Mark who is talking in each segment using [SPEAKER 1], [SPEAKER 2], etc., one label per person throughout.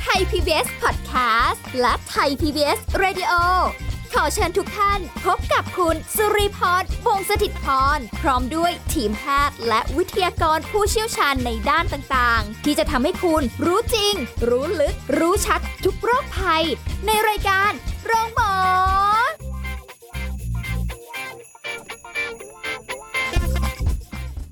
[SPEAKER 1] ไทย PBS Podcast และไทย PBS Radio ขอเชิญทุกท่านพบกับคุณสุริพรวงศสถิตพร พร้อมด้วยทีมแพทย์และวิทยากรผู้เชี่ยวชาญในด้านต่างๆ ที่จะทำให้คุณรู้จริง รู้ลึก รู้ชัดทุกโรคภัย ในรายการโรงพยาบาล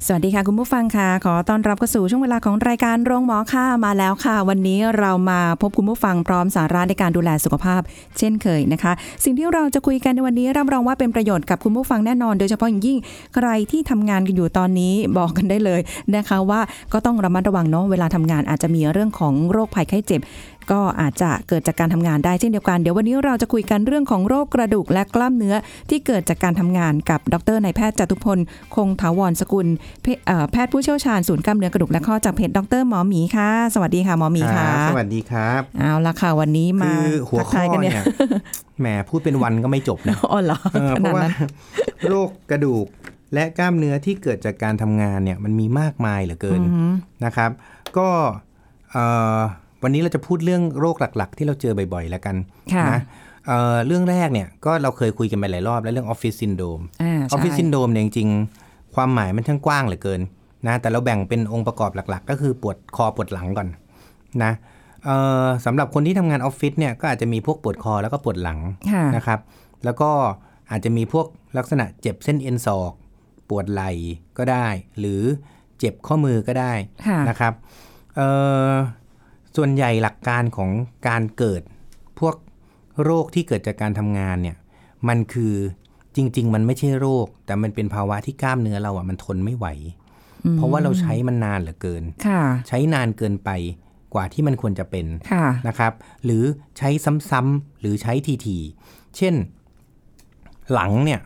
[SPEAKER 2] สวัสดีค่ะ คุณผู้ฟังค่ะ ขอต้อนรับเข้าสู่ช่วงเวลาของรายการโรงหมอค่ะมาแล้วค่ะ วันนี้เรามาพบคุณผู้ฟังพร้อมสาระในการดูแลสุขภาพ เช่นเคยนะคะ สิ่งที่เราจะคุยกันในวันนี้รับรองว่าเป็นประโยชน์กับคุณผู้ฟังแน่นอน โดยเฉพาะอย่างยิ่งใครที่ทำงานกันอยู่ตอนนี้บอกกันได้เลยนะคะว่าก็ต้องระมัดระวังเนาะเวลาทำงานอาจจะมีเรื่องของโรคภัยไข้เจ็บ ก็อาจจะเกิดจากการทำงานได้เช่นเดียวกัน เดี๋ยววันนี้เราจะคุยกันเรื่องของโรคกระดูกและกล้ามเนื้อที่เกิดจากการทำงานกับดรนายแพทย์จตุพล คงถาวรสกุลเพเอ่อแพทย์ผู้เชี่ยวชาญศูนย์กล้ามเนื้อกระดูกและข้อจากเพจดรหมอหมีค่ะ สวัสดีค่ะหมอหมีค่ะ
[SPEAKER 3] ครับสวัสดีครับ
[SPEAKER 2] เอาละค่ะวันนี้มา
[SPEAKER 3] คือหัว
[SPEAKER 2] ทัก
[SPEAKER 3] ข้
[SPEAKER 2] ทา
[SPEAKER 3] อย
[SPEAKER 2] กัน
[SPEAKER 3] เนี่
[SPEAKER 2] เนี่ย ย
[SPEAKER 3] แหมพูดเป็นวันก็ไม่จบ นะ
[SPEAKER 2] อ๋อเหรอ
[SPEAKER 3] เอ
[SPEAKER 2] ข
[SPEAKER 3] อเพ
[SPEAKER 2] นาด
[SPEAKER 3] ราะว่า
[SPEAKER 2] นั้น
[SPEAKER 3] โรคกระดูกและกล้ามเนื้อที่เกิดจากการทำงานเนี่ยมันมีมากมายเหลือเกินนะครับ ก็เอ่อวันนี้เราจะพูดเรื่องโรคหลักๆ ที่เราเจอบ่อยๆแล้วกัน
[SPEAKER 2] ค่ะ
[SPEAKER 3] นะเอ่อเรื่องแรกเนี่ยก็เราเคยคุยกันไปหลายรอบแล้วเรื่องออฟฟิศซินโดม
[SPEAKER 2] อ่า
[SPEAKER 3] ออฟฟิศ
[SPEAKER 2] ใช่
[SPEAKER 3] ซินโดมเนี่ยจริงๆ ความหมายมันช่างกว้างเหลือเกินนะแต่เราแบ่งเป็นองค์ประกอบหลักๆ ก็คือปวดคอปวดหลังก่อนนะเอ่อสำหรับคนที่ทำงานออฟฟิศเนี่ยก็อาจจะมีพวกปวดคอแล้วก็ปวดหลัง
[SPEAKER 2] ค่ะ
[SPEAKER 3] นะครับ แล้วก็อาจจะมีพวกลักษณะเจ็บเส้นเอ็นศอก ปวดไหล่ก็ได้ หรือเจ็บข้อมือก็ได้
[SPEAKER 2] ค่ะ
[SPEAKER 3] นะครับเอ่อส่วนใหญ่หลักการของการเกิดพวกโรคที่เกิดจากการทำงานเนี่ย มันคือจริง ๆ มันไม่ใช่โรค แต่มันเป็นภาวะที่กล้ามเนื้อเราอ่ะมันทนไม่ไหว เพราะว่าเราใช้มันนานเหลือเกิน
[SPEAKER 2] ค่ะ
[SPEAKER 3] ใช้นานเกินไปกว่าที่มันควรจะเป็น
[SPEAKER 2] ค่ะ
[SPEAKER 3] นะครับ หรือใช้ซ้ำๆหรือใช้ทีๆเช่น หลังเนี่ย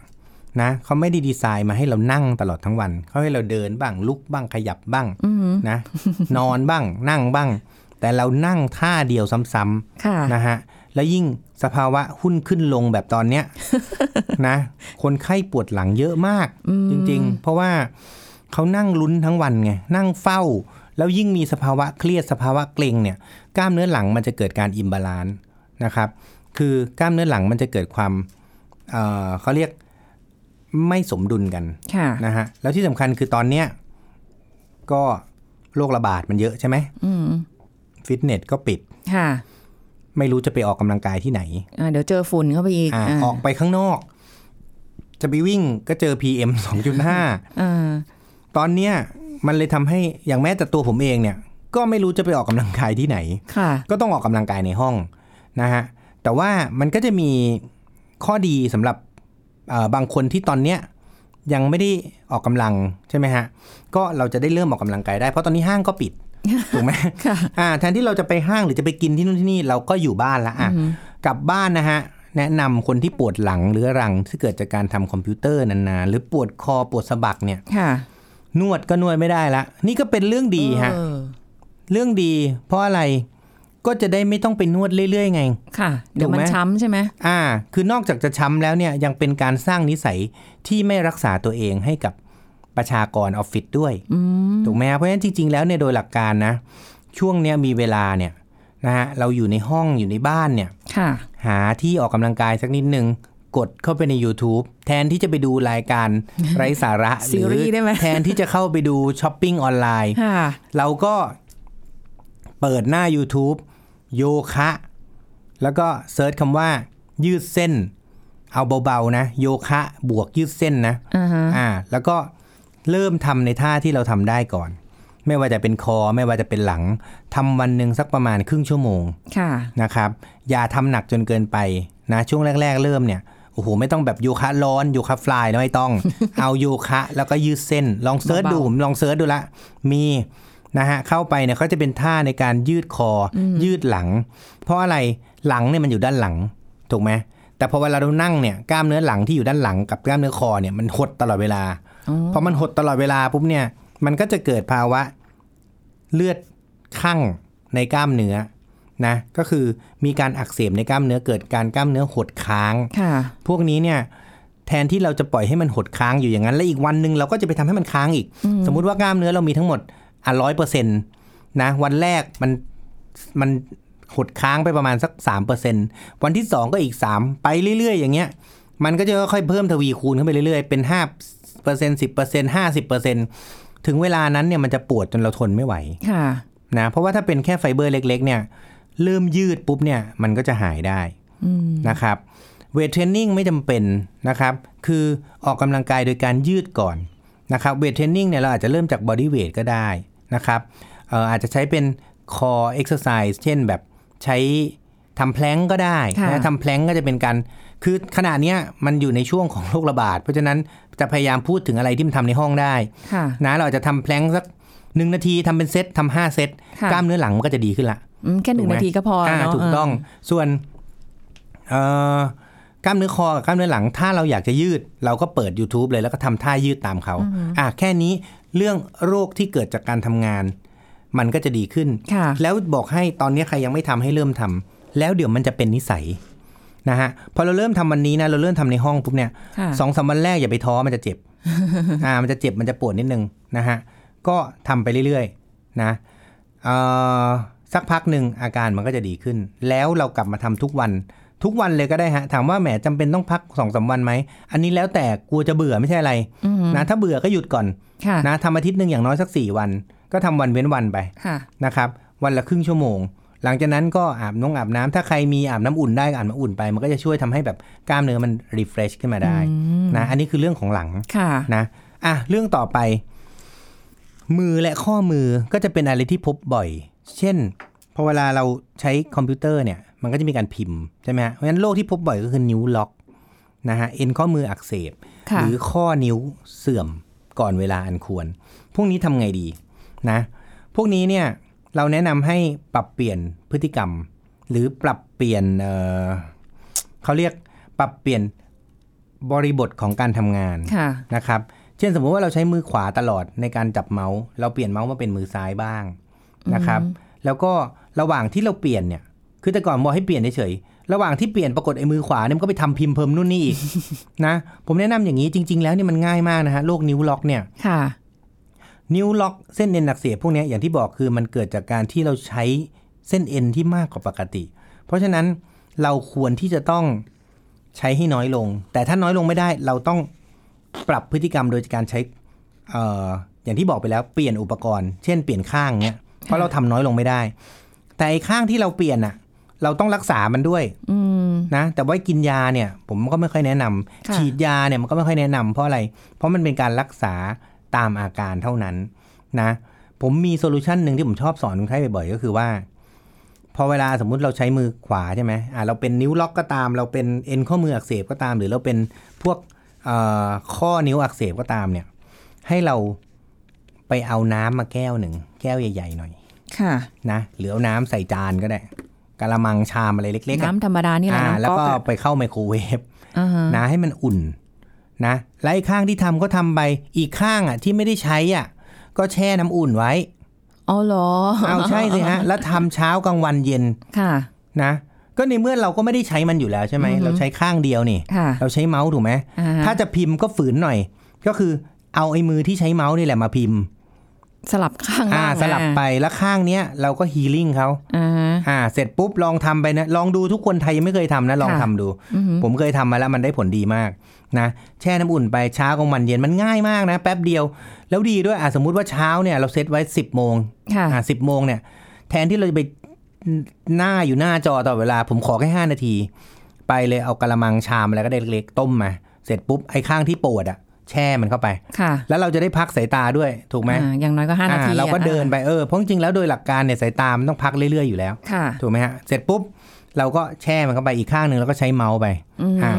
[SPEAKER 3] นะเขาไม่ได้ดีไซน์มาให้เรานั่งตลอดทั้งวันเขาให้เราเดินบ้างลุกบ้างขยับบ้าง
[SPEAKER 2] อือหือ
[SPEAKER 3] นะ นอนบ้างนั่งบ้าง แต่เรานั่งท่าเดียวซ้ำๆ
[SPEAKER 2] ค่ะ
[SPEAKER 3] นะฮะ แล้วยิ่งสภาวะหุ้นขึ้นลงแบบตอนเนี้ย นะ คนไข้ปวดหลังเยอะมาก จริงๆ เพราะว่าเขานั่งลุ้นทั้งวันไง นั่งเฝ้า แล้วยิ่งมีสภาวะเครียดสภาวะเกร็งเนี่ย กล้ามเนื้อหลังมันจะเกิดการอิมบาลานซ์นะครับ คือกล้ามเนื้อหลังมันจะเกิดความเอ่อเขาเรียกไม่สมดุลกัน
[SPEAKER 2] ค่ะ
[SPEAKER 3] นะฮะแล้วที่สำคัญคือตอนเนี้ยก็โรคระบาดมันเยอะใช่ไหม
[SPEAKER 2] อืม
[SPEAKER 3] ฟิตเนสก็ปิด
[SPEAKER 2] ค่ะ
[SPEAKER 3] ไม่รู้จะไปออกกำลังกายที่ไหน
[SPEAKER 2] อ่าเดี๋ยวเจอฝุ่นเข้าไปอีก
[SPEAKER 3] อ่ะ
[SPEAKER 2] อ่า
[SPEAKER 3] ออกไปข้างนอก จะไปวิ่งก็เจอ PM 2.5
[SPEAKER 2] อ่า
[SPEAKER 3] ตอนเนี้ยมันเลยทำให้อย่างแม้แต่ตัวผมเองเนี่ย ก็ไม่รู้จะไปออกกำลังกายที่ไหน
[SPEAKER 2] ค่ะ
[SPEAKER 3] ก็ต้องออกกำลังกายในห้องนะฮะแต่ว่ามันก็จะมีข้อดีสำหรับเอ่อบางคนที่ตอนเนี้ยยังไม่ได้ออกกำลังใช่ไหมฮะก็เราจะได้เริ่มออกกำลังกายได้เพราะตอนนี้ห้างก็ปิดถูกไหม
[SPEAKER 2] ค่ะ
[SPEAKER 3] อ่าแทนที่เราจะไปห้างหรือจะไปกินที่นู่นที่นี่เราก็อยู่บ้านละอ่ะกลับบ้านนะฮะ แนะนำคนที่ปวดหลังหรือรังที่เกิดจากการทำคอมพิวเตอร์นานๆ หรือปวดคอปวดสะบักเนี่ย
[SPEAKER 2] ค่ะ
[SPEAKER 3] นวดก็นวดไม่ได้ละ นี่ก็เป็นเรื่องดีฮะ
[SPEAKER 2] เออ
[SPEAKER 3] เรื่องดี เพราะอะไรก็จะได้ไม่ต้องไปนวดเรื่อยๆไง
[SPEAKER 2] ค่ะ เดี๋ยว
[SPEAKER 3] ถูก
[SPEAKER 2] มัน
[SPEAKER 3] ไหม
[SPEAKER 2] ช้ำใช่ไหม
[SPEAKER 3] อ่า คือนอกจากจะช้ำแล้วเนี่ยยังเป็นการสร้างนิสัยที่ไม่รักษาตัวเองให้กับประชากรออฟฟิศด้วย
[SPEAKER 2] อืม
[SPEAKER 3] ถูกไหมฮะเพราะฉะนั้นจริง ๆ แล้วเนี่ยโดยหลักการนะ ช่วงเนี้ยมีเวลาเนี่ยนะฮะเราอยู่ในห้องอยู่ในบ้านเนี่ย
[SPEAKER 2] ค่ะ
[SPEAKER 3] หาที่ออกกำลังกายสักนิดนึง กดเข้าไปใน YouTube แทนที่จะไปดูรายการ ไร้สาระ
[SPEAKER 2] ซีรีส์ได้ไหม
[SPEAKER 3] แทนที่จะเข้าไปดูช้อปปิ้งออนไลน์
[SPEAKER 2] ค่ะ
[SPEAKER 3] เราก็เปิดหน้า YouTube โยคะ แล้วก็เซิร์ชคำว่า ยืดเส้น เอาเบาๆนะ โยคะบวกยืดเส้นนะ
[SPEAKER 2] อ่าฮะ
[SPEAKER 3] อ่าแล้วก็เริ่มทำในท่าที่เราทำได้ก่อน ไม่ว่าจะเป็นคอไม่ว่าจะเป็นหลังทำวันหนึ่งสักประมาณครึ่งชั่วโมง
[SPEAKER 2] ค่ะ
[SPEAKER 3] นะครับ อย่าทำหนักจนเกินไปนะช่วงแรก ๆ เริ่มเนี่ยโอ้โหไม่ต้องแบบโยคะร้อนโยคะฟลายนะไม่ ต้อง เอาโยคะ แล้วก็ยืดเส้น ลองเซิร์ชดู
[SPEAKER 2] เบาๆ
[SPEAKER 3] ผมลองเซิร์ชดูละมีนะฮะเข้าไปเนี่ยเขาจะเป็นท่าในการยืดคออยืดหลัง เพราะอะไรหลังเนี่ยมันอยู่ด้านหลังถูกไหมแต่พอเวลาเรานั่งเนี่ยกล้ามเนื้อหลังที่อยู่ด้านหลังกับกล้ามเนื้อคอเนี่ยมันหดตลอดเวลา
[SPEAKER 2] อ๋อ
[SPEAKER 3] พอมันหดตลอดเวลาปุ๊บเนี่ย มันก็จะเกิดภาวะเลือดข้างในกล้ามเนื้อนะ ก็คือมีการอักเสบในกล้ามเนื้อเกิดการกล้ามเนื้อหดค้าง
[SPEAKER 2] ค่ะ
[SPEAKER 3] พวกนี้เนี่ย แทนที่เราจะปล่อยให้มันหดค้างอยู่อย่างนั้น และอีกวันหนึ่งเราก็จะไปทำให้มันค้างอีก สมมุติว่ากล้ามเนื้อเรามีทั้งหมดอ่ะร้อยเปอร์เซ็นต์นะวันแรกมันมันหดค้างไปประมาณสักสามเปอร์เซ็นต์วันที่สองก็อีกสามไปเรื่อย ๆ อย่างเงี้ย มันก็จะค่อยๆเพิ่มทวีคูณขึ้นไปเรื่อยๆเป็นห้าเปอร์เซ็นต์สิบเปอร์เซ็นต์ห้าสิบเปอร์เซ็นต์ถึงเวลานั้นเนี่ยมันจะปวดจนเราทนไม่ไหว
[SPEAKER 2] ค่ะ
[SPEAKER 3] นะเพราะว่าถ้าเป็นแค่ไฟเบอร์เล็ก ๆ เนี่ย เริ่มยืดปุ๊บเนี่ย มันก็จะหายได้นะครับเวทเทรนนิ่งไม่จำเป็นนะครับ คือออกกำลังกายโดยการยืดก่อนนะครับเวทเทรนนิ่งเนี่ยเราอาจจะเริ่มจากบอดี้เวทก็ได้นะครับเอ่ออาจจะใช้เป็นคอเอ็กซ์ r ซ i s e เช่นแบบใช้ทำแพลงก็ได้
[SPEAKER 2] ค่ะ
[SPEAKER 3] นะทำแพลงก็จะเป็นการคือขณะเนี้ยมันอยู่ในช่วงของโรคระบาด เพราะฉะนั้นจะพยายามพูดถึงอะไรที่มันทำในห้องได้
[SPEAKER 2] ค่ะ
[SPEAKER 3] นะเราอาจจะทำแพลงสักหนึ่งนาทีทำเป็นเซตทำห้าเซต
[SPEAKER 2] ค่ะ
[SPEAKER 3] กล้ามเนื้อหลังมันก็จะดีขึ้นละ
[SPEAKER 2] อืมแค่หนึ่ง
[SPEAKER 3] ถู
[SPEAKER 2] นา
[SPEAKER 3] ไม
[SPEAKER 2] ทีก็พอ
[SPEAKER 3] อ่า
[SPEAKER 2] เนาะ
[SPEAKER 3] ถูกต้องส่วนเอ่อกล้ามเนื้อคอกับกล้ามเนื้อหลัง ถ้าเราอยากจะยืด เราก็เปิด YouTube เลยแล้วก็ทำท่ายืดตามเขาอ่าแค่นี้เรื่องโรคที่เกิดจากการทำงาน มันก็จะดีขึ้น
[SPEAKER 2] ค่ะ
[SPEAKER 3] แล้วบอกให้ตอนนี้ใครยังไม่ทำให้เริ่มทำแล้วเดี๋ยวมันจะเป็นนิสัยนะฮะพอเราเริ่มทำวันนี้นะเราเริ่มทำในห้องปุ๊บเนี่ย
[SPEAKER 2] ค่ะ
[SPEAKER 3] สองสามวันแรกอย่าไปท้อมันจะ เจ็บ อ่ามันจะเจ็บมันจะปวดนิดนึงนะฮะก็ทำไปเรื่อยๆนะเอ่อสักพักหนึ่งอาการมันก็จะดีขึ้น แล้วเรากลับมาทำทุกวัน ทุกวันเลยก็ได้ฮะถามว่าแหมจำเป็นต้องพักสองสามวันไหมอันนี้แล้วแต่กลัวจะเบื่อไม่ใช่อะไร
[SPEAKER 2] อืม
[SPEAKER 3] นะถ้าเบื่อก็หยุดก่อน
[SPEAKER 2] ค่ะ
[SPEAKER 3] นะทำอาทิตย์หนึ่งอย่างน้อยสักสี่วัน ก็ทำวันเว้นวันไป
[SPEAKER 2] ค่ะ
[SPEAKER 3] นะครับวันละครึ่งชั่วโมง หลังจากนั้นก็อาบน้องอาบน้ำถ้าใครมีอาบน้ำอุ่นได้ก็อาบน้ำอุ่นไป มันก็จะช่วยทำให้แบบกล้ามเนื้อมันรีเฟรชขึ้นมาได้นะอันนี้คือเรื่องของหลัง
[SPEAKER 2] ค่ะ
[SPEAKER 3] นะอ่ะเรื่องต่อไป มือและข้อมือก็จะเป็นอะไรที่พบบ่อย เช่นพอเวลาเราใช้คอมพิวเตอร์เนี่ยมันก็จะมีการพิมพ์ใช่ไหมฮะเพราะฉะนั้นโรคที่พบบ่อยก็คือนิ้วล็อกนะฮะเอ็นข้อมืออักเสบ
[SPEAKER 2] ค่ะ
[SPEAKER 3] หรือข้อนิ้วเสื่อมก่อนเวลาอันควร พวกนี้ทำไงดีนะ พวกนี้เนี่ยเราแนะนำให้ปรับเปลี่ยนพฤติกรรม หรือปรับเปลี่ยนเอ่อเขาเรียกปรับเปลี่ยนบริบทของการทำงาน
[SPEAKER 2] ค่ะ
[SPEAKER 3] นะครับ เช่นสมมติว่าเราใช้มือขวาตลอดในการจับเมาส์เราเปลี่ยนเมาส์มาเป็นมือซ้ายบ้างนะครับ แล้วก็ระหว่างที่เราเปลี่ยนเนี่ย คือแต่ก่อนบอกให้เปลี่ยนเฉยๆระหว่างที่เปลี่ยนปรากฏไอ้มือขวาเนี่ยมันก็ไปทำพิมพ์เพิ่มนู่นนี่อีก นะ ผมแนะนำอย่างนี้จริง ๆ แล้วเนี่ยมันง่ายมากนะฮะโรคนิ้วล็อกเนี่ย
[SPEAKER 2] ค่ะ
[SPEAKER 3] นิ้วล็อกเส้นเอ็นอักเสบพวกเนี้ยอย่างที่บอกคือมันเกิดจากการที่เราใช้เส้นเอ็นที่มากกว่าปกติ เพราะฉะนั้นเราควรที่จะต้องใช้ให้น้อยลง แต่ถ้าน้อยลงไม่ได้เราต้องปรับพฤติกรรมโดยการใช้เอ่ออย่างที่บอกไปแล้วเปลี่ยนอุปกรณ์ เช่นเปลี่ยนข้างเนี้ยเพราะเราทำน้อยลงไม่ได้ แต่ไอ้ข้างที่เราเปลี่ยนอะเราต้องรักษามันด้วย
[SPEAKER 2] อืม
[SPEAKER 3] นะแต่ว่ากินยาเนี่ยผมก็ไม่ค่อยแนะนำ
[SPEAKER 2] ค่ะ
[SPEAKER 3] ฉีดยาเนี่ยมันก็ไม่ค่อยแนะนำเพราะอะไร เพราะมันเป็นการรักษาตามอาการเท่านั้นนะผมมีโซลูชันหนึ่งที่ผมชอบสอนคนไข้บ่อยๆก็คือว่า พอเวลาสมมุติเราใช้มือขวาใช่ไหมอ่าเราเป็นนิ้วล็อกก็ตาม เราเป็นเอ็นข้อมืออักเสบก็ตาม หรือเราเป็นพวกเอ่อข้อนิ้วอักเสบก็ตามเนี่ย ให้เราไปเอาน้ำมาแก้วหนึ่งแก้วใหญ่ๆหน่อย
[SPEAKER 2] ค่ะ
[SPEAKER 3] นะหรือเอาน้ำใส่จานก็ได้กะละมังชามอะไรเล็กๆอะ
[SPEAKER 2] น้ำธรรมดานี่แหละ
[SPEAKER 3] อ่า
[SPEAKER 2] น้ำ
[SPEAKER 3] แล้ว
[SPEAKER 2] ก๊อก
[SPEAKER 3] ก็
[SPEAKER 2] อะ
[SPEAKER 3] ไปเข้าไมโครเวฟ
[SPEAKER 2] อ่าฮะ
[SPEAKER 3] นะให้มันอุ่นนะและอีกข้างที่ทำก็ทำไปอีกข้างอ่ะที่ไม่ได้ใช้อ่ะก็แช่น้ำอุ่นไว้
[SPEAKER 2] อ๋อเหรอ
[SPEAKER 3] เอาใช่สิ ฮะ แล้วทำเช้ากลางวันเย็น
[SPEAKER 2] ค่ะ
[SPEAKER 3] นะก็ในเมื่อเราก็ไม่ได้ใช้มันอยู่แล้วใช่ไหมเราใช้ข้างเดียวนี่
[SPEAKER 2] ค่ะ
[SPEAKER 3] เราใช้เมาส์ถูกไหม
[SPEAKER 2] อ่าฮะ
[SPEAKER 3] ถ้าจะพิมพ์ก็ฝืนหน่อย ก็คือเอาไอ้มือที่ใช้เมาส์นี่แหละมาพิมพ์
[SPEAKER 2] สลับข้าง
[SPEAKER 3] อ่า
[SPEAKER 2] บ้าง
[SPEAKER 3] สลับไปแล้วข้างเนี้ยเราก็ฮีลิ่งเขา
[SPEAKER 2] อ่าฮะ
[SPEAKER 3] อ่าเสร็จปุ๊บลองทำไปนะ ลองดูทุกคนไทยยังไม่เคยทำนะ ลอง
[SPEAKER 2] ค่ะ
[SPEAKER 3] ทำดู ผมเคยทำมาแล้วมันได้ผลดีมากนะแช่น้ำอุ่นไปเช้ากลางวันเย็นมันง่ายมากนะ แป๊บเดียว แล้วดีด้วยอ่ะสมมุติว่าเช้าเนี่ยเราเซตไว้ 10 โมง
[SPEAKER 2] ค่ะ
[SPEAKER 3] อ่าสิโมงเนี่ย แทนที่เราจะไปหน้าอยู่หน้าจอตลอดเวลา ผมขอแค่ 5 นาที ไปเลยเอากระมังชามอะไรก็ได้เล็กๆต้มมาเสร็จปุ๊บไอ้ข้างที่ปวดอ่ะแช่มันเข้าไป
[SPEAKER 2] ค่ะ
[SPEAKER 3] แล้วเราจะได้พักสายตาด้วยถูกไหม
[SPEAKER 2] อ่าอย่างน้อยก็ห้านาที
[SPEAKER 3] อ่าเราก็เดินไปเออเพราะจริงๆแล้วโดยหลักการเนี่ยสายตามันต้องพักเรื่อยๆอยู่แล้ว
[SPEAKER 2] ค่ะ
[SPEAKER 3] ถูกไหมฮะ เสร็จปุ๊บ เราก็แช่มันเข้าไปอีกข้างหนึ่งแล้วก็ใช้เมาส์ไปอ่า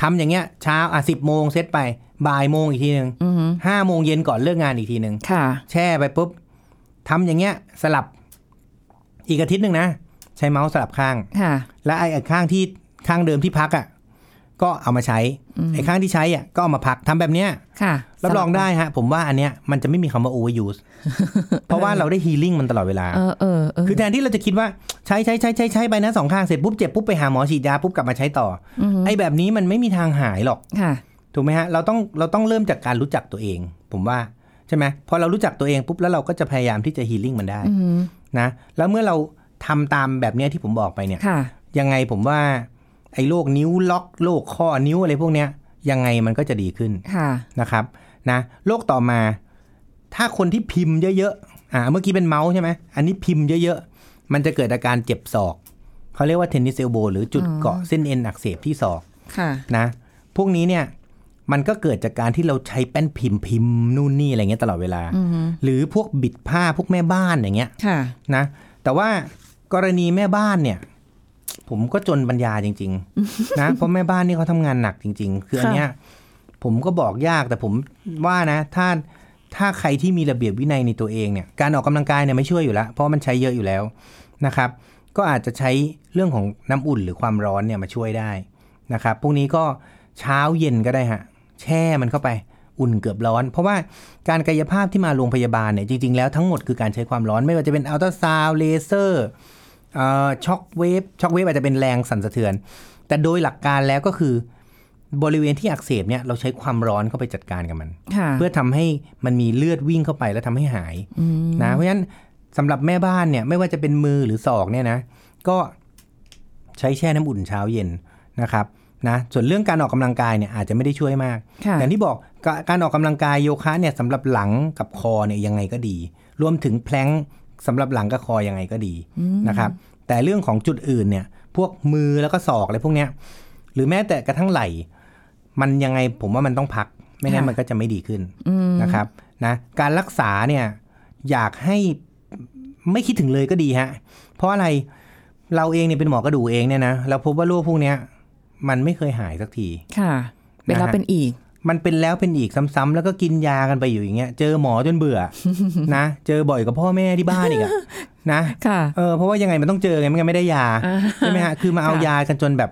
[SPEAKER 3] ทำอย่างเงี้ยเช้าอ่ะสิบโมงเซตไปบ่ายโมงอีกทีหนึ่งห้าโมงเย็นก่อนเลิกงานอีกทีหนึ่ง
[SPEAKER 2] ค่ะ
[SPEAKER 3] แช่ไปปุ๊บทำอย่างเงี้ยสลับอีกอาทิตย์หนึ่งนะ ใช้เมาส์สลับข้าง
[SPEAKER 2] ค่ะ
[SPEAKER 3] และไอ้ข้างที่ข้างเดิมที่พักอ่ะก็เอามาใช้ไอ้ข้างที่ใช้อ่ะก็เอามาพักทำแบบเนี้ย
[SPEAKER 2] ค่ะ
[SPEAKER 3] รับรองได้ฮะ ผมว่าอันเนี้ยมันจะไม่มีคำว่า overuse เพราะว่าเราได้ healing มันตลอดเวลา
[SPEAKER 2] เออเออเออ
[SPEAKER 3] คือแทนที่เราจะคิดว่าใช้ใช้ใช้ใช้ใช้ไปนะสองข้างเสร็จปุ๊บเจ็บปุ๊บไปหาหมอฉีดยาปุ๊บกลับมาใช้ต่ออไอ้แบบนี้มันไม่มีทางหายหรอก
[SPEAKER 2] ค่ะ
[SPEAKER 3] ถูกไหมฮะเราต้องเราต้องเริ่มจากการรู้จักตัวเอง ผมว่าใช่ไหมพอเรารู้จักตัวเองปุ๊บแล้วเราก็จะพยายามที่จะฮีลิ่งมันได้
[SPEAKER 2] อืม
[SPEAKER 3] นะแล้วเมื่อเราทำตามแบบเนี้ยที่ผมบอกไปเนี่ย
[SPEAKER 2] ค่ะ
[SPEAKER 3] ยังไงผมว่าไอ้โรคนิ้วล็อกโรคข้อนิ้วอะไรพวกเนี้ยยังไงมันก็จะดีขึ้น
[SPEAKER 2] ค่ะ
[SPEAKER 3] นะครับนะโรคต่อมาถ้าคนที่พิมพ์เยอะๆอ่าเมื่อกี้เป็นเมาส์ใช่ไหมอันนี้พิมพ์เยอะๆ มันจะเกิดอาการเจ็บศอกเขาเรียกว่าเทนนิสเอลโบหรือจุด
[SPEAKER 2] อ๋อ
[SPEAKER 3] เกาะเส้นเอ็นอักเสบที่ศอก
[SPEAKER 2] ค่ะ
[SPEAKER 3] นะพวกนี้เนี่ยมันก็เกิดจากการที่เราใช้แป้นพิมพ์พิมพ์นู่นนี่อะไรเงี้ยตลอดเวลา
[SPEAKER 2] อืม
[SPEAKER 3] หรือพวกบิดผ้าพวกแม่บ้านอย่างเงี้ย
[SPEAKER 2] ค่ะ
[SPEAKER 3] นะแต่ว่ากรณีแม่บ้านเนี่ย ผมก็จนปัญญาจริง ๆ นะเพราะแม่บ้านนี่เขาทำงานหนักจริง ๆ คือ
[SPEAKER 2] ค่ะ
[SPEAKER 3] อันเนี้ยผมก็บอกยากแต่ผมว่านะ ถ้าถ้าใครที่มีระเบียบวินัยในตัวเองเนี่ยการออกกำลังกายเนี่ยไม่ช่วยอยู่แล้วเพราะมันใช้เยอะอยู่แล้วนะครับ ก็อาจจะใช้เรื่องของน้ำอุ่นหรือความร้อนเนี่ยมาช่วยได้นะครับพวกนี้ก็เช้าเย็นก็ได้ฮะแช่มันเข้าไปอุ่นเกือบร้อน เพราะว่าการกายภาพที่มาโรงพยาบาลเนี่ยจริง ๆ แล้วทั้งหมดคือการใช้ความร้อนไม่ว่าจะเป็นอัลตราซาวเลเซอร์ช็อคเวฟช็อคเวฟอาจจะเป็นแรงสั่นสะเทือน แต่โดยหลักการแล้วก็คือบริเวณที่อักเสบเนี่ยเราใช้ความร้อนเข้าไปจัดการกับมัน
[SPEAKER 2] ค่ะ
[SPEAKER 3] เพื่อทำให้มันมีเลือดวิ่งเข้าไปแล้วทำให้หาย
[SPEAKER 2] ม
[SPEAKER 3] นะเพราะฉะนั้นสำหรับแม่บ้านเนี่ยไม่ว่าจะเป็นมือหรือศอกเนี่ยนะก็ใช้แช่น้ำอุ่นเช้าเย็นนะครับนะส่วนเรื่องการออกกำลังกายเนี่ยอาจจะไม่ได้ช่วยมาก
[SPEAKER 2] ค่ะ
[SPEAKER 3] อย่างที่บอกกการออกกำลังกายโยคะเนี่ยสำหรับหลังกับคอเนี่ยยังไงก็ดี รวมถึงแพลงก์สำหรับหลังกับคอยังไงก็ดีนะครับแต่เรื่องของจุดอื่นเนี่ยพวกมือแล้วก็ศอกอะไรพวกเนี้ยหรือแม้แต่กระทั่งไหล่ มันยังไงผมว่ามันต้องพัก ไม่งั้นมันก็จะไม่ดีขึ้น
[SPEAKER 2] อืม
[SPEAKER 3] นะครับนะการรักษาเนี่ยอยากให้ไม่คิดถึงเลยก็ดีฮะเพราะอะไรเราเองเนี่ยเป็นหมอกระดูกเองเนี่ยนะเราพบว่าโรคพวกเนี้ยมันไม่เคยหายสักที
[SPEAKER 2] ค่ะ เป็นแล้ว
[SPEAKER 3] นะฮะ
[SPEAKER 2] เป็นอีก
[SPEAKER 3] มันเป็นแล้วเป็นอีกซ้ำๆแล้วก็กินยากันไปอยู่อย่างเงี้ยเจอหมอจนเบื่อ นะ เจอบ่อยกว่าพ่อแม่ที่บ้านอีกอะ นะ
[SPEAKER 2] ค่ะ
[SPEAKER 3] เออเพราะว่ายังไงมันต้องเจอไงไม่งั้นไม่ได้ ยา
[SPEAKER 2] อ่า
[SPEAKER 3] ใช่ไหมฮะคือมาเอา
[SPEAKER 2] ค่ะ
[SPEAKER 3] ยากันจนแบบ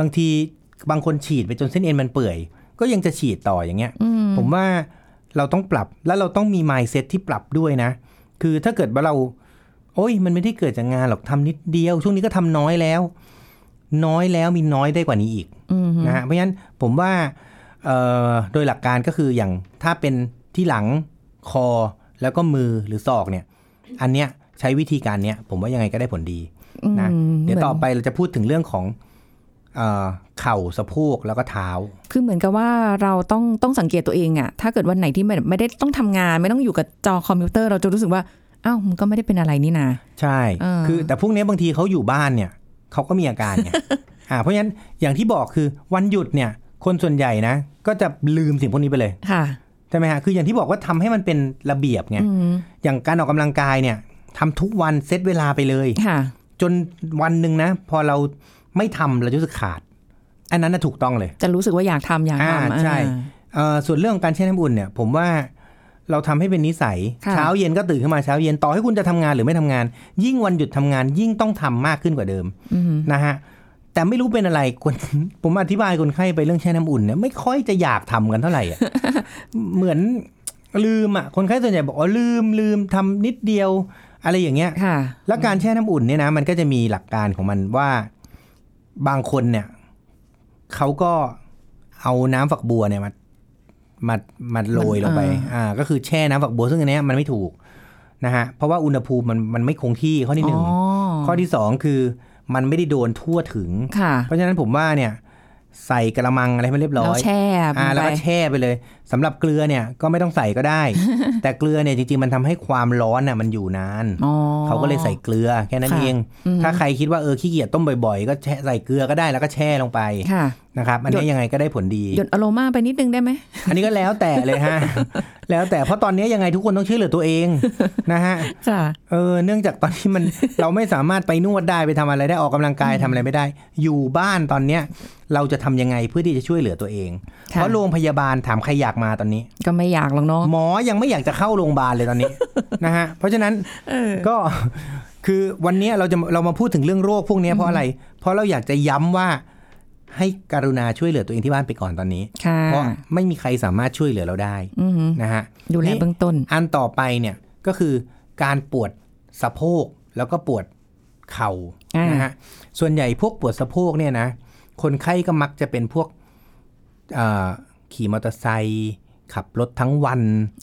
[SPEAKER 3] บางทีบางคนฉีดไปจนเส้นเอ็นมันเปื่อย ก็ยังจะฉีดต่ออย่างเงี้ย
[SPEAKER 2] อืม
[SPEAKER 3] ผมว่าเราต้องปรับแล้วเราต้องมี mindset ที่ปรับด้วยนะ คือถ้าเกิดว่าเรา โอ้ย มันไม่ได้เกิดจากงานหรอกทำนิดเดียว ช่วงนี้ก็ทำน้อยแล้ว น้อยแล้วมีน้อยได้กว่านี้อีก
[SPEAKER 2] อืม
[SPEAKER 3] นะฮะเพราะฉะนั้นผมว่าเอ่อโดยหลักการก็คืออย่างถ้าเป็นที่หลังคอแล้วก็มือหรือศอกเนี่ย อันเนี้ยใช้วิธีการเนี้ยผมว่ายังไงก็ได้ผลดี นะ
[SPEAKER 2] อืม
[SPEAKER 3] เดี๋ยวต่อ
[SPEAKER 2] หมืน
[SPEAKER 3] ไปเราจะพูดถึงเรื่องของเอ่อเข่าสะโพกแล้วก็เท้า
[SPEAKER 2] คือเหมือนกับว่าเราต้องต้องสังเกตตัวเองอะถ้าเกิดวันไหนที่ไม่ไม่ได้ต้องทำงาน ไม่ต้องอยู่กับจอคอมพิวเตอร์เราจะรู้สึกว่าอ้าวมันก็ไม่ได้เป็นอะไรนี่นา
[SPEAKER 3] ใช่
[SPEAKER 2] เออ
[SPEAKER 3] คือแต่พวกเนี้ยบางทีเขาอยู่บ้านเนี่ยเขาก็มีอาการ ไง อ่า เพราะฉะนั้นอย่างที่บอกคือวันหยุดเนี่ย คนส่วนใหญ่นะ ก็จะลืมสิ่งพวกนี้ไปเลย
[SPEAKER 2] ค่ะ
[SPEAKER 3] ใช่ไหมฮะ คืออย่างที่บอกว่าทำให้มันเป็นระเบียบไง
[SPEAKER 2] อืม
[SPEAKER 3] อย่างการออกกำลังกายเนี่ยทำทุกวันเซตเวลาไปเลย
[SPEAKER 2] ค่ะ
[SPEAKER 3] จนวันหนึ่งนะ พอเราไม่ทำเราจะรู้สึกขาด อันนั้นนะถูกต้องเลย
[SPEAKER 2] จะรู้สึกว่าอยากทำอยาก
[SPEAKER 3] อ่า
[SPEAKER 2] ทำอ่า
[SPEAKER 3] ใช่ เอ่อส่วนเรื่องของการแช่น้ำอุ่นเนี่ยผมว่าเราทำให้เป็นนิสัย
[SPEAKER 2] ค่ะ
[SPEAKER 3] เช้าเย็นก็ตื่นขึ้นมาเช้าเย็นต่อให้คุณจะทำงานหรือไม่ทำงาน ยิ่งวันหยุดทำงานยิ่งต้องทำมากขึ้นกว่าเดิม
[SPEAKER 2] อืม
[SPEAKER 3] นะฮะแต่ไม่รู้เป็นอะไรคน ผมอธิบายคนไข้ไปเรื่องแช่น้ำอุ่นเนี่ยไม่ค่อยจะอยากทำกันเท่าไหร่อะ เหมือนลืมอ่ะคนไข้ส่วนใหญ่บอกอ๋อลืมลืมทำนิดเดียว อะไรอย่างเงี้ย
[SPEAKER 2] ค่ะ
[SPEAKER 3] แล้วการแช่น้ำอุ่นเนี่ยนะมันก็จะมีหลักการของมันว่าบางคนเนี่ยเขาก็เอาน้ำฝักบัวเนี่ยมามามาโรย
[SPEAKER 2] มัน
[SPEAKER 3] ลงไป
[SPEAKER 2] อ่า
[SPEAKER 3] อ่าก็คือแช่น้ำฝักบัวซึ่งอันเนี้ยมันไม่ถูกนะฮะเพราะว่าอุณหภูมิมันมันไม่คงที่ข้อที่หนึ่ง
[SPEAKER 2] อ๋อ
[SPEAKER 3] ข้อที่สองคือมันไม่ได้โดนทั่วถึง
[SPEAKER 2] ค่ะ
[SPEAKER 3] เพราะฉะนั้นผมว่าเนี่ยใส่กระมังอะไรให้มันเรียบร้
[SPEAKER 2] เรา
[SPEAKER 3] อย
[SPEAKER 2] แช่
[SPEAKER 3] อ่า
[SPEAKER 2] ลง
[SPEAKER 3] แล้ว
[SPEAKER 2] ไป
[SPEAKER 3] ก็แช่ไปเลยสำหรับเกลือเนี่ยก็ไม่ต้องใส่ก็ได้ แต่เกลือเนี่ยจริงๆมันทำให้ความร้อนน่ะมันอยู่นาน
[SPEAKER 2] อ๋อ
[SPEAKER 3] เขาก็เลยใส่เกลือแค่นั้น
[SPEAKER 2] ค่ะ
[SPEAKER 3] เอง
[SPEAKER 2] อืม
[SPEAKER 3] ถ้าใครคิดว่าเออขี้เกียจต้มบ่อยๆ ก็แช่ใส่เกลือก็ได้แล้วก็แช่ลงไป
[SPEAKER 2] ค่ะ
[SPEAKER 3] นะครับอัน
[SPEAKER 2] หยด
[SPEAKER 3] นี้ยังไงก็ได้ผลดี
[SPEAKER 2] หยดอโรมาไปนิดนึงได้ไหม
[SPEAKER 3] อันนี้ก็แล้วแต่เลย ฮะ แล้วแต่เพราะตอนนี้ยังไงทุกคนต้องช่วยเหลือตัวเองนะฮะ
[SPEAKER 2] ค่ะ
[SPEAKER 3] เออเนื่องจากตอนนี้ มัน เราไม่สามารถไปนวดได้ไปทำอะไรได้ออกกำลังกายทำอะไรไม่ได้ อยู่บ้านตอนเนี้ย เราจะทำยังไงเพื่อที่จะช่วยเหลือตัวเอง
[SPEAKER 2] ค่ะ
[SPEAKER 3] เพราะโรงพยาบาลถามใครอยากมาตอนนี้
[SPEAKER 2] ก็ไม่อยากหรอกเนาะ
[SPEAKER 3] หมอยังไม่อยากจะเข้าโรงพยาบาลเลยตอน นี้ นะฮะเพราะฉะนั้นก็ คือวันเนี้ยเราจะเรามาพูดถึงเรื่องโรคพวกเนี้ยเพราะอะไร เพราะเราอยากจะย้ำว่าให้กรุณาช่วยเหลือตัวเองที่บ้านไปก่อนตอนนี้
[SPEAKER 2] ค่ะ
[SPEAKER 3] เพราะไม่มีใครสามารถช่วยเหลือเราได้
[SPEAKER 2] อือหือ
[SPEAKER 3] นะฮะ
[SPEAKER 2] ดูแลเบื้องต้น
[SPEAKER 3] อันต่อไปเนี่ยก็คือการปวดสะโพกแล้วก็ปวดเข่า
[SPEAKER 2] อ่าน
[SPEAKER 3] นะฮะส่วนใหญ่พวกปวดสะโพกเนี่ยนะคนไข้ก็มักจะเป็นพวกเอ่อ ขี่มอเตอร์ไซค์ขับรถทั้งวัน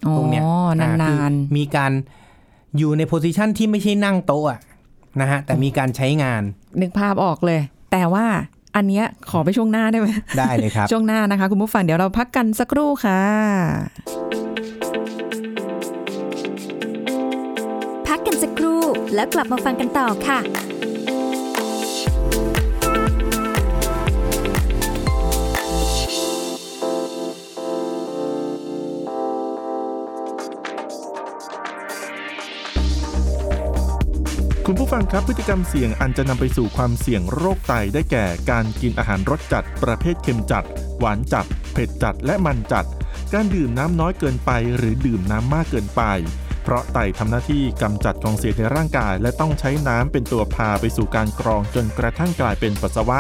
[SPEAKER 2] อ๋อ
[SPEAKER 3] พวกเนี้ยอ่
[SPEAKER 2] นานๆ
[SPEAKER 3] คือมีการอยู่ในโพสิชันที่ไม่ใช่นั่งโต๊ะอะนะฮะแต่มีการใช้งาน
[SPEAKER 2] นึกภาพออกเลย แต่ว่าอันเนี้ยขอไปช่วงหน้าได้ไหม
[SPEAKER 3] ได้เลยครับ
[SPEAKER 2] ช่วงหน้านะคะ คุณผู้ฟังเดี๋ยวเราพักกันสักครู่ค่ะ
[SPEAKER 1] พักกันสักครู่ แล้วกลับมาฟังกันต่อค่ะ
[SPEAKER 4] คุณผู้ฟังครับพฤติกรรมเสี่ยงอันจะนำไปสู่ความเสี่ยงโรคไตได้แก่ การกินอาหารรสจัด ประเภทเค็มจัด หวานจัด เผ็ดจัดและมันจัด การดื่มน้ำน้อยเกินไป หรือดื่มน้ำมากเกินไป เพราะไตทำหน้าที่กำจัดของเสียในร่างกาย และต้องใช้น้ำเป็นตัวพาไปสู่การกรองจนกระทั่งกลายเป็นปัสสาวะ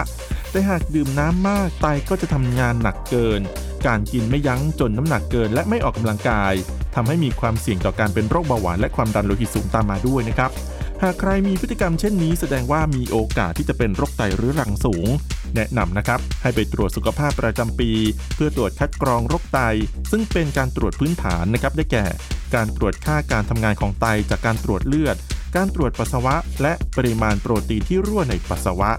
[SPEAKER 4] แต่หากดื่มน้ำมากไตก็จะทำงานหนักเกิน การกินไม่ยั้งจนน้ำหนักเกิน และไม่ออกกำลังกายทำให้มีความเสี่ยงต่อการเป็นโรคเบาหวานและความดันโลหิตสูงตามมาด้วยนะครับ หากใครมีพฤติกรรมเช่นนี้แสดงว่ามีโอกาสที่จะเป็นโรคไตเรื้อรังสูง แนะนำนะครับ ให้ไปตรวจสุขภาพประจำปี เพื่อตรวจคัดกรองโรคไต ซึ่งเป็นการตรวจพื้นฐานนะครับได้แก่ การตรวจค่าการทำงานของไตจากการตรวจเลือด การตรวจปัสสาวะ และปริมาณโปรตีนที่รั่วในปัสสาวะ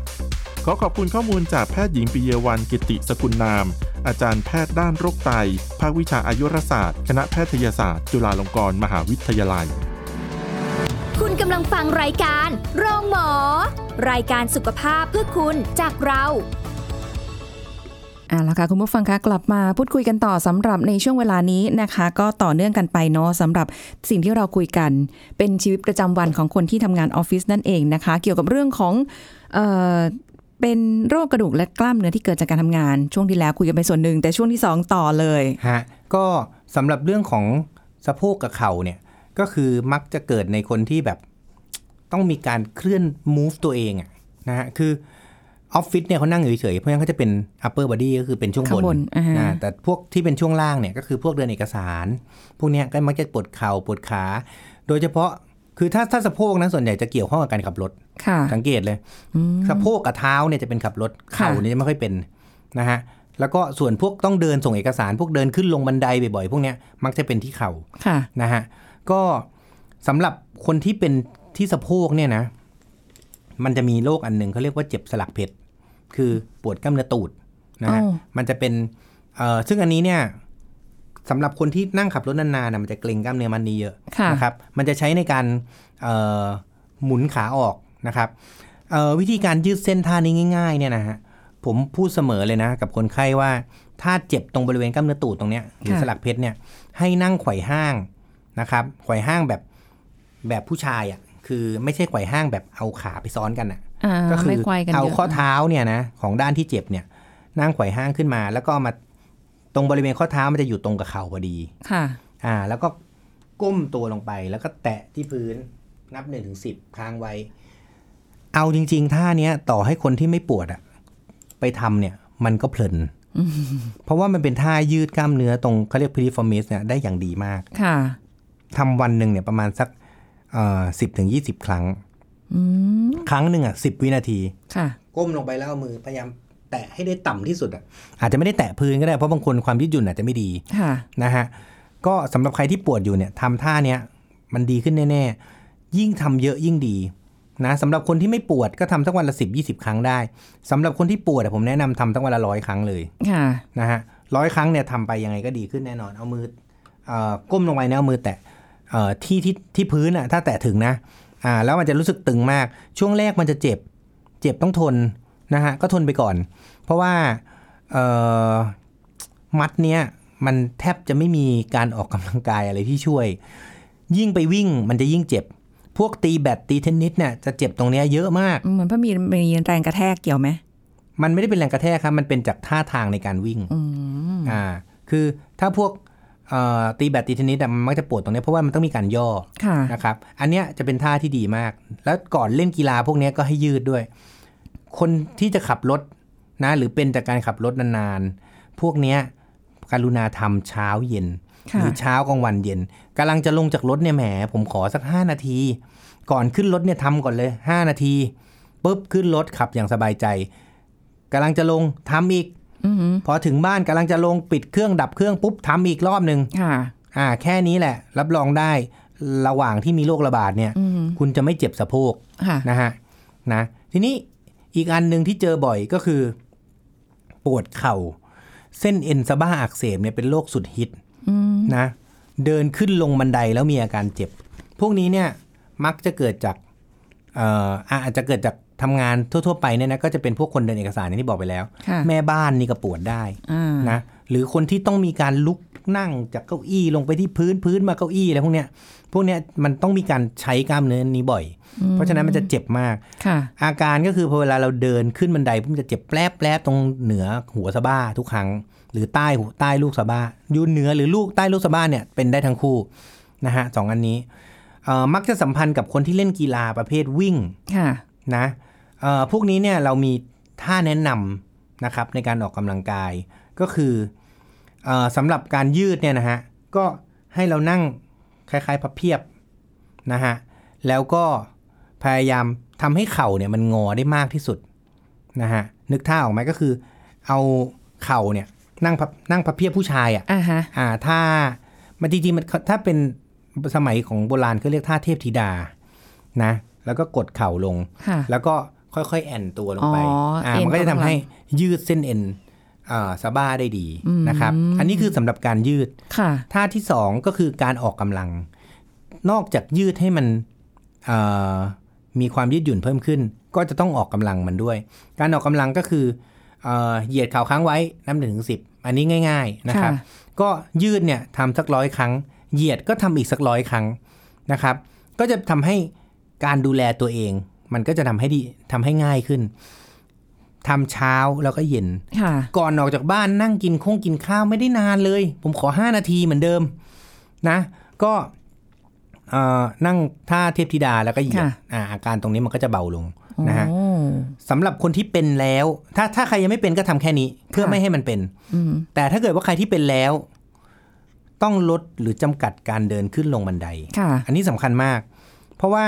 [SPEAKER 4] ขอขอบคุณข้อมูลจากแพทย์หญิงปิยวันกิติสกุลนาม อาจารย์แพทย์ด้านโรคไต ภาควิชาอายุรศาสตร์ คณะแพทยศาสตร์ จุฬาลงกรณ์มหาวิทยาลัย
[SPEAKER 1] คุณกำลังฟังรายการ โรงหมอ รายการสุขภาพเพื่อคุณจากเรา
[SPEAKER 2] เอาละค่ะคุณผู้ฟังคะกลับมาพูดคุยกันต่อสำหรับในช่วงเวลานี้นะคะ ก็ต่อเนื่องกันไปเนาะสำหรับสิ่งที่เราคุยกัน เป็นชีวิตประจำวันของคนที่ทำงานออฟฟิศนั่นเองนะคะ เกี่ยวกับเรื่องของเอ่อเป็นโรคกระดูกและกล้ามเนื้อที่เกิดจากการทำงาน ช่วงที่แล้วคุยกันไปส่วนหนึ่งแต่ช่วงที่สองต่อเลย
[SPEAKER 3] ฮะก็สำหรับเรื่องของสะโพกกับเข่าเนี่ยก็คือมักจะเกิดในคนที่แบบต้องมีการเคลื่อน move ตัวเองอะนะฮะคือออฟฟิศเนี่ยเขานั่งอยู่เฉยๆเพราะงั้นเขาจะเป็น upper body ก็คือเป็นช่วงบ
[SPEAKER 2] ข้างบน
[SPEAKER 3] น
[SPEAKER 2] อ่าฮะ
[SPEAKER 3] อ่าแต่พวกที่เป็นช่วงล่างเนี่ยก็คือพวกเดินเอกสาร พวกเนี้ยก็มักจะปวดเข่าปวดขา โดยเฉพาะคือถ้าถ้าสะโพกนะส่วนใหญ่จะเกี่ยวข้องกับการขับรถ
[SPEAKER 2] ค่ะ
[SPEAKER 3] สังเกตเลย
[SPEAKER 2] อืม
[SPEAKER 3] สะโพกกับเท้าเนี่ยจะเป็นขับรถเข่า
[SPEAKER 2] ค่ะ
[SPEAKER 3] เนี่ยจะไม่ค่อยเป็นนะฮะแล้วก็ส่วนพวกต้องเดินส่งเอกสาร พวกเดินขึ้นลงบันไดบ่อยๆพวกเนี้ยมักจะเป็นที่เข่า
[SPEAKER 2] ค่ะ
[SPEAKER 3] นะฮะก็สำหรับคนที่เป็นที่สะโพกเนี่ยนะ มันจะมีโรคอันหนึ่งเขาเรียกว่าเจ็บสลักเพชรคือปวดกล้ามเนื้อตูดนะฮะ
[SPEAKER 2] อ้าว
[SPEAKER 3] มันจะเป็นเอ่อซึ่งอันนี้เนี่ยสำหรับคนที่นั่งขับรถนานๆนะมันจะเกร็งกล้ามเนื้อมันนี้เยอะ
[SPEAKER 2] ค่ะ
[SPEAKER 3] นะครับ มันจะใช้ในการเอ่อหมุนขาออกนะครับเอ่อวิธีการยืดเส้นท่านี้ง่าย ๆ เนี่ยนะฮะ ผมพูดเสมอเลยนะ กับคนไข้ว่าถ้าเจ็บตรงบริเวณกล้ามเนื้อตูดตรงเนี้ยหรือ
[SPEAKER 2] ค่ะ
[SPEAKER 3] สลักเพชรเนี่ยให้นั่งไขว่ห้างนะครับไขว่ห้างแบบแบบผู้ชายอะ่ะคือไม่ใช่ไขว่ห้างแบบเอาขาไปซ้อนกันอ่ะ
[SPEAKER 2] อ่า
[SPEAKER 3] ก็คื
[SPEAKER 2] ไม่ไกวกัน
[SPEAKER 3] เอา
[SPEAKER 2] เยอะ
[SPEAKER 3] ข้อเท้าเนี่ยนะของด้านที่เจ็บเนี่ยนั่งไขว่ห้างขึ้นมา แล้วก็เอามาตรงบริเวณข้อเท้ามันจะอยู่ตรงกับเข่าพอดี
[SPEAKER 2] ค่ะ
[SPEAKER 3] อ่าแล้วก็ก้มตัวลงไปแล้วก็แตะที่พื้นนับหนึ่งถึงสิบค้างไว้ เอาจริง ๆ ท่าเนี้ยต่อให้คนที่ไม่ปวดอะไปทำเนี่ยมันก็เพ ลิน เพราะว่ามันเป็นท่ายืดกล้ามเนื้อตรงเขาเรียก piriformis เนี่ยได้อย่างดีมาก
[SPEAKER 2] ค่ะ
[SPEAKER 3] ทำวันหนึ่งเนี่ยประมาณสักสิบถึงยี่สิบครั้ง
[SPEAKER 2] อืม
[SPEAKER 3] ครั้งหนึ่งอะสิบวินาที
[SPEAKER 2] ค่ะ
[SPEAKER 3] ก้มลงไปแล้วเอามือพยายามแตะให้ได้ต่ำที่สุดอะอาจจะไม่ได้แตะพื้นก็ได้เพราะบางคนความยืดหยุ่นอาจจะไม่ดี
[SPEAKER 2] ค่ะ
[SPEAKER 3] นะฮะ ก็สำหรับใครที่ปวดอยู่เนี่ยทำท่าเนี้ยมันดีขึ้นแน่ ๆ ยิ่งทำเยอะยิ่งดีนะสำหรับคนที่ไม่ปวดก็ทำสักวันละสิบยี่สิบครั้งได้สำหรับคนที่ปวดอะผมแนะนำทำสักวันละร้อยครั้งเลย
[SPEAKER 2] ค่ะ
[SPEAKER 3] นะฮะร้อยครั้งเนี่ยทำไปยังไงก็ดีขึ้นแน่นอน เอามือเอ่อก้มลงไปเนี่ยเอามือแตะเอ่อที่ที่ที่พื้นอะถ้าแตะถึงนะอ่าแล้วมันจะรู้สึกตึงมาก ช่วงแรกมันจะเจ็บ เจ็บต้องทนนะฮะก็ทนไปก่อน เพราะว่าเอ่อมัดเนี้ยมันแทบจะไม่มีการออกกำลังกายอะไรที่ช่วย ยิ่งไปวิ่งมันจะยิ่งเจ็บ พวกตีแบดตีเทนนิสเนี่ยจะเจ็บตรงเนี้ยเยอะมาก
[SPEAKER 2] เหมือนพระมีมีแรงกระแทกเกี่ยวไหม
[SPEAKER 3] มันไม่ได้เป็นแรงกระแทกครับ มันเป็นจากท่าทางในการวิ่ง
[SPEAKER 2] อืม
[SPEAKER 3] อ่าคือถ้าพวกเอ่อตีแบดตีเทนนิสอะมันมักจะปวดตรงเนี้ยเพราะว่ามันต้องมีการย่อ
[SPEAKER 2] ค่ะ
[SPEAKER 3] นะครับอันเนี้ยจะเป็นท่าที่ดีมาก แล้วก่อนเล่นกีฬาพวกเนี้ยก็ให้ยืดด้วย คนที่จะขับรถนะหรือเป็นจากการขับรถนานๆ พวกเนี้ยการุณาทำเช้าเย็น ห
[SPEAKER 2] ค่ะ
[SPEAKER 3] รือเช้ากลางวันเย็นกำลังจะลงจากรถเนี่ยแหม ผมขอสัก 5 นาที ก่อนขึ้นรถเนี่ยทำก่อนเลย 5 นาทีปุ๊บขึ้นรถขับอย่างสบายใจกำลังจะลงทำอีก
[SPEAKER 2] อือหือ
[SPEAKER 3] พอถึงบ้านกำลังจะลงปิดเครื่องดับเครื่องปุ๊บทำอีกรอบหนึ่ง
[SPEAKER 2] ค่ะ
[SPEAKER 3] อ่า แค่นี้แหละ รับรองได้ระหว่างที่มีโรคระบาดเนี่ย
[SPEAKER 2] อืม
[SPEAKER 3] คุณจะไม่เจ็บสะโพก
[SPEAKER 2] ค่ะ
[SPEAKER 3] นะฮะนะทีนี้อีกอันหนึ่งที่เจอบ่อยก็คือ ปวดเข่า เส้นเอ็นสะบ้าอักเสบเนี่ยเป็นโรคสุดฮิต
[SPEAKER 2] อืม
[SPEAKER 3] นะเดินขึ้นลงบันไดแล้วมีอาการเจ็บ พวกนี้เนี่ยมักจะเกิดจากเอ่ออ่ะอาจจะเกิดจากทำงานทั่ว ๆ ไปเนี่ยนะก็จะเป็นพวกคนเดินเอกสารอย่างที่บอกไปแล้ว
[SPEAKER 2] ค่ะ
[SPEAKER 3] แม่บ้านนี่ก็ปวดได้
[SPEAKER 2] อ่า
[SPEAKER 3] นะหรือคนที่ต้องมีการลุกนั่งจากเก้าอี้ลงไปที่พื้นพื้นมาเก้าอี้อะไรพวกเนี้ยพวกเนี้ยมันต้องมีการใช้กล้ามเนื้อนี้บ่อย เพราะฉะนั้นมันจะเจ็บมาก
[SPEAKER 2] ค่ะ
[SPEAKER 3] อาการก็คือพอเวลาเราเดินขึ้นบันไดปุ๊บมันจะเจ็บแปลบแปลบตรงเหนือหัวสะบ้าทุกครั้ง หรือใต้หัวใต้ลูกสะบ้าอยู่เหนือหรือลูกใต้ลูกสะบ้าเนี่ยเป็นได้ทั้งคู่นะฮะสองอันนี้เอ่อมักจะสัมพันธ์กับคนที่เล่นกีฬาประเภทวิ่ง
[SPEAKER 2] ค่ะ
[SPEAKER 3] นะเอ่อพวกนี้เนี่ยเรามีท่าแนะนำนะครับในการออกกำลังกายก็คือเอ่อสำหรับการยืดเนี่ยนะฮะก็ให้เรานั่งคล้ายๆพับเพียบนะฮะแล้วก็พยายามทำให้เข่าเนี่ยมันงอได้มากที่สุดนะฮะนึกท่าออกไหมก็คือ เอาเข่าเนี่ยนั่งพับนั่งพับเพียบผู้ชายอ่ะ
[SPEAKER 2] อ่าฮะ
[SPEAKER 3] อ่าท่ามันจริงๆมันถ้าเป็นสมัยของโบราณเขาเรียกท่าเทพธิดานะแล้วก็กดเข่าลง
[SPEAKER 2] ค่ะ
[SPEAKER 3] แล้วก็ค่อยๆ แอนตัวลงไป
[SPEAKER 2] อ๋ออ่
[SPEAKER 3] ามันก็จะ
[SPEAKER 2] เอ็นตัวลง
[SPEAKER 3] ทำให้ยืดเส้นเอ็นอ่าสะบ้าได้ดีนะครับ อันนี้คือสำหรับการยืด
[SPEAKER 2] ค่ะ
[SPEAKER 3] ท่าที่สองก็คือการออกกำลัง นอกจากยืดให้มันเอ่อมีความยืดหยุ่นเพิ่มขึ้น ก็จะต้องออกกำลังมันด้วย การออกกำลังก็คือเอ่อเหยียดเข่าค้างไว้นับหนึ่งถึงสิบอันนี้ง่าย ๆนะครับ
[SPEAKER 2] ค่ะ
[SPEAKER 3] ก็ยืดเนี่ยทำสักร้อยครั้ง เหยียดก็ทำอีกสักร้อยครั้งนะครับ ก็จะทำให้การดูแลตัวเอง มันก็จะทำให้ดีทำให้ง่ายขึ้นทำเช้าแล้วก็เย็น
[SPEAKER 2] ค่ะ
[SPEAKER 3] ก่อนออกจากบ้านนั่งกินคงกินข้าวไม่ได้นานเลย ผมขอ 5 นาทีเหมือนเดิมนะ ก็เอ่อนั่งท่าเทพธิดาแล้วก็เหยียด
[SPEAKER 2] ค่ะ
[SPEAKER 3] อ่าอาการตรงนี้มันก็จะเบาลงนะฮะ
[SPEAKER 2] โอ้
[SPEAKER 3] สำหรับคนที่เป็นแล้ว ถ้าถ้าใครยังไม่เป็นก็ทำแค่นี้ เพื่อ
[SPEAKER 2] ค่ะ
[SPEAKER 3] ไม่ให้มันเป็น
[SPEAKER 2] อืม
[SPEAKER 3] แต่ถ้าเกิดว่าใครที่เป็นแล้ว ต้องลดหรือจำกัดการเดินขึ้นลงบันได
[SPEAKER 2] ค่ะ
[SPEAKER 3] อันนี้สำคัญมาก เพราะว่า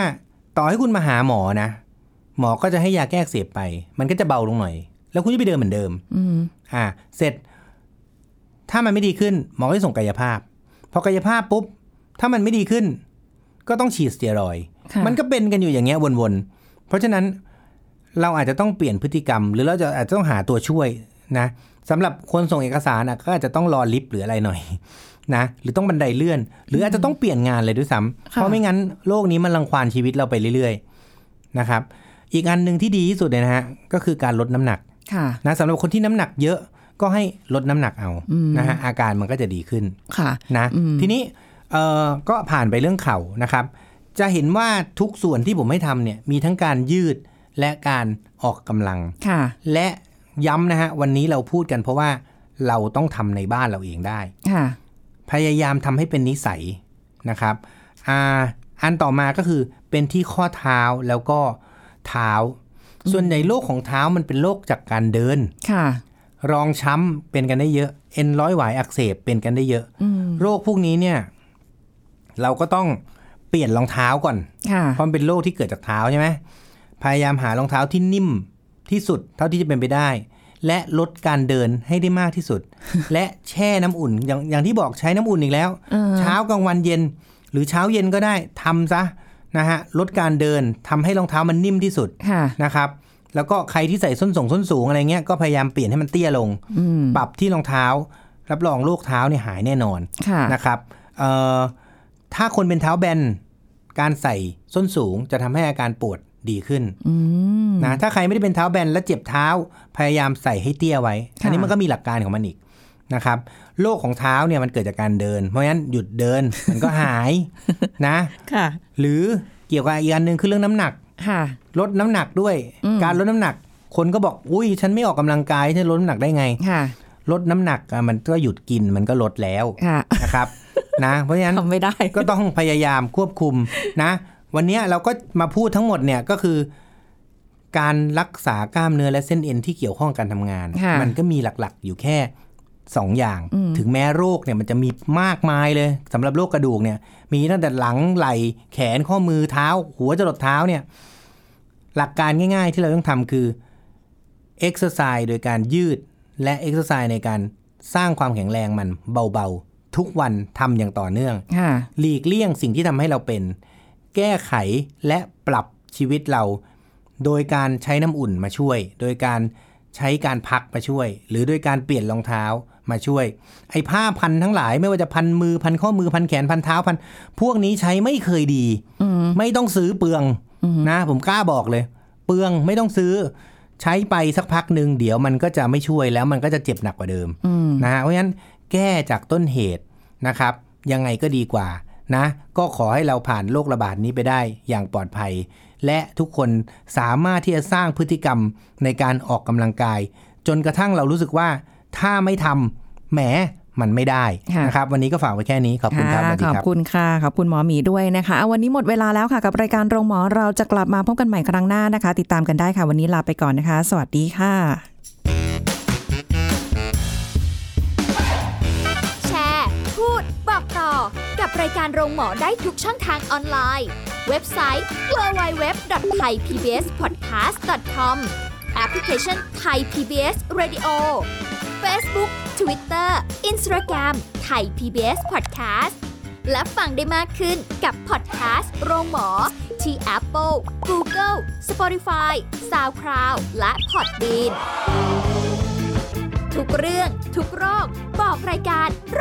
[SPEAKER 3] ต่อให้คุณมาหาหมอนะ หมอก็จะให้ยาแก้อักเสบไป มันก็จะเบาลงหน่อย แล้วคุณจะไปเดินเหมือนเดิม
[SPEAKER 2] อืม
[SPEAKER 3] อ่าเสร็จถ้ามันไม่ดีขึ้น หมอก็จะส่งกายภาพ พอกายภาพปุ๊บ ถ้ามันไม่ดีขึ้น ก็ต้องฉีดสเตียรอยด์
[SPEAKER 2] ค่ะ
[SPEAKER 3] มันก็เป็นกันอยู่อย่างเงี้ยวนๆ เพราะฉะนั้นเราอาจจะต้องเปลี่ยนพฤติกรรม หรือเราจะอาจจะต้องหาตัวช่วยนะสำหรับคนส่งเอกสารอ่ะก็อาจจะต้องรอลิฟต์หรืออะไรหน่อย นะหรือต้องบันไดเลื่อน หรืออาจจะต้องเปลี่ยนงานเลยด้วยซ้ำเพราะไม่งั้นโลกนี้มันรังควานชีวิตเราไปเรื่อยๆนะครับ อีกอันหนึ่งที่ดีที่สุดเลยนะฮะก็คือการลดน้ำหนัก
[SPEAKER 2] ค่ะ
[SPEAKER 3] นะสำหรับคนที่น้ำหนักเยอะก็ให้ลดน้ำหนักเอา
[SPEAKER 2] อืม
[SPEAKER 3] นะฮะอาการมันก็จะดีขึ้น
[SPEAKER 2] ค่ะ
[SPEAKER 3] นะ
[SPEAKER 2] อืม
[SPEAKER 3] ทีนี้เอ่อก็ผ่านไปเรื่องเข่านะครับ จะเห็นว่าทุกส่วนที่ผมให้ทำเนี่ยมีทั้งการยืดและการออกกำลัง
[SPEAKER 2] ค่ะ
[SPEAKER 3] และย้ำนะฮะวันนี้เราพูดกันเพราะว่าเราต้องทำในบ้านเราเองได้
[SPEAKER 2] ค่ะ
[SPEAKER 3] พยายามทำให้เป็นนิสัยนะครับอ่าอันต่อมาก็คือเป็นที่ข้อเท้าแล้วก็เท้า ส่วนใหญ่โรคของเท้ามันเป็นโรคจากการเดิน
[SPEAKER 2] ค่ะ
[SPEAKER 3] รองช้ำเป็นกันได้เยอะ เอ็นร้อยหวายอักเสบเป็นกันได้เยอะ
[SPEAKER 2] อืม
[SPEAKER 3] โรคพวกนี้เนี่ย เราก็ต้องเปลี่ยนรองเท้าก่อน
[SPEAKER 2] ค่ะ
[SPEAKER 3] เพราะมันเป็นโรคที่เกิดจากเท้าใช่ไหมพยายามหารองเท้าที่นิ่มที่สุดเท่าที่จะเป็นไปได้ และลดการเดินให้ได้มากที่สุด และแช่น้ำอุ่นอย่างอย่างที่บอกใช้น้ำอุ่นอีกแล้ว
[SPEAKER 2] เออ
[SPEAKER 3] เช้ากลางวันเย็น หรือเช้าเย็นก็ได้ทำซะนะฮะลดการเดินทำให้รองเท้ามันนิ่มที่สุด
[SPEAKER 2] ค่ะ
[SPEAKER 3] นะครับแล้วก็ใครที่ใส่ส้นส่งส้นสูงอะไรเงี้ยก็พยายามเปลี่ยนให้มันเตี้ยลง
[SPEAKER 2] อืม
[SPEAKER 3] ปรับที่รองเท้า รับรองโรคเท้าเนี่ยหายแน่นอน
[SPEAKER 2] ค่ะ
[SPEAKER 3] นะครับเอ่อถ้าคนเป็นเท้าแบนการใส่ส้นสูงจะทำให้อาการปวดดีขึ้น
[SPEAKER 2] อืม
[SPEAKER 3] นะถ้าใครไม่ได้เป็นเท้าแบนและเจ็บเท้าพยายามใส่ให้เตี้ยไว้
[SPEAKER 2] ค่ะ
[SPEAKER 3] อันนี้มันก็มีหลักการของมันอีกนะครับโรคของเท้าเนี่ยมันเกิดจากการเดิน เพราะฉะนั้นหยุดเดินมันก็ หายนะ
[SPEAKER 2] ค่ะ
[SPEAKER 3] หรือเกี่ยวกับอีกอันหนึ่งคือเรื่องน้ำหนัก
[SPEAKER 2] ค่ะ
[SPEAKER 3] ลดน้ำหนักด้วย
[SPEAKER 2] อืม
[SPEAKER 3] การลดน้ำหนัก คนก็บอกอุ้ยฉันไม่ออกกำลังกายฉันลดน้ำหนักได้ไง
[SPEAKER 2] ค่ะ
[SPEAKER 3] ลดน้ำหนักอ่ะมันก็หยุดกินมันก็ลดแล้ว
[SPEAKER 2] ค่ะ
[SPEAKER 3] นะครับ นะ เพราะฉะนั้น
[SPEAKER 2] ทำไม่ได้
[SPEAKER 3] ก็ต้องพยายามควบคุมนะ วันเนี้ยเราก็มาพูดทั้งหมดเนี่ยก็คือ การรักษากล้ามเนื้อและเส้นเอ็นที่เกี่ยวข้องกับการทำงาน
[SPEAKER 2] ค่ะ
[SPEAKER 3] มันก็มีหลักๆ อยู่แค่สองอย่าง
[SPEAKER 2] อืม
[SPEAKER 3] ถึงแม้โรคเนี่ยมันจะมีมากมายเลยสำหรับโรคกระดูกเนี่ย มีตั้งแต่หลังไหล่แขนข้อมือเท้า หัวจรดเท้าเนี่ย หลักการง่าย ๆ ที่เราต้องทำคือ exercise โดยการยืด และเอ็กซ์ไซส์ในการสร้างความแข็งแรงมันเบาๆ ทุกวันทำอย่างต่อเนื่อง
[SPEAKER 2] ค่ะ
[SPEAKER 3] หลีกเลี่ยงสิ่งที่ทำให้เราเป็น แก้ไขและปรับชีวิตเรา โดยการใช้น้ำอุ่นมาช่วย โดยการใช้การพักมาช่วย หรือโดยการเปลี่ยนรองเท้ามาช่วย ไอ้ผ้าพันทั้งหลายไม่ว่าจะพันมือพันข้อมือพันแขนพันเท้าพัน พวกนี้ใช้ไม่เคยดี
[SPEAKER 2] อืม
[SPEAKER 3] ไม่ต้องซื้อเปลือง
[SPEAKER 2] อืม
[SPEAKER 3] นะ ผมกล้าบอกเลย เปลืองไม่ต้องซื้อ ใช้ไปสักพักหนึ่งเดี๋ยวมันก็จะไม่ช่วยแล้วมันก็จะเจ็บหนักกว่าเดิม
[SPEAKER 2] อืม
[SPEAKER 3] นะฮะเพราะฉะนั้นแก้จากต้นเหตุนะครับ ยังไงก็ดีกว่านะ ก็ขอให้เราผ่านโรคระบาดนี้ไปได้อย่างปลอดภัย และทุกคนสามารถที่จะสร้างพฤติกรรมในการออกกำลังกาย จนกระทั่งเรารู้สึกว่าถ้าไม่ทำแหมมันไม่ได้
[SPEAKER 2] ค่ะ
[SPEAKER 3] นะครับ วันนี้ก็ฝากไว้แค่นี้ขอบคุณครับส
[SPEAKER 2] ค่ะ
[SPEAKER 3] วัสดี
[SPEAKER 2] ขอ
[SPEAKER 3] ครับ บ
[SPEAKER 2] คุณค่ะขอบคุณหมอหมีด้วยนะคะเอาวันนี้หมดเวลาแล้วค่ะกับรายการโรงหมอเราจะกลับมาพบกันใหม่ครั้งหน้านะคะ ติดตามกันได้ค่ะ วันนี้ลาไปก่อนนะคะ สวัสดีค่ะ
[SPEAKER 1] แชร์ พูด บอกต่อ กับรายการโรงหมอได้ทุกช่องทางออนไลน์ เว็บไซต์ www.thaipbspodcast.com แอปพลิเคชัน Thai PBS Radio Facebook Twitter Instagram Thai PBS Podcast และฟังได้มากขึ้นกับพอดแคสต์โรงหมอ ที่ Apple, Google, Spotify, SoundCloud และ Podbean ทุกเรื่องทุกโรค บอกรายการโร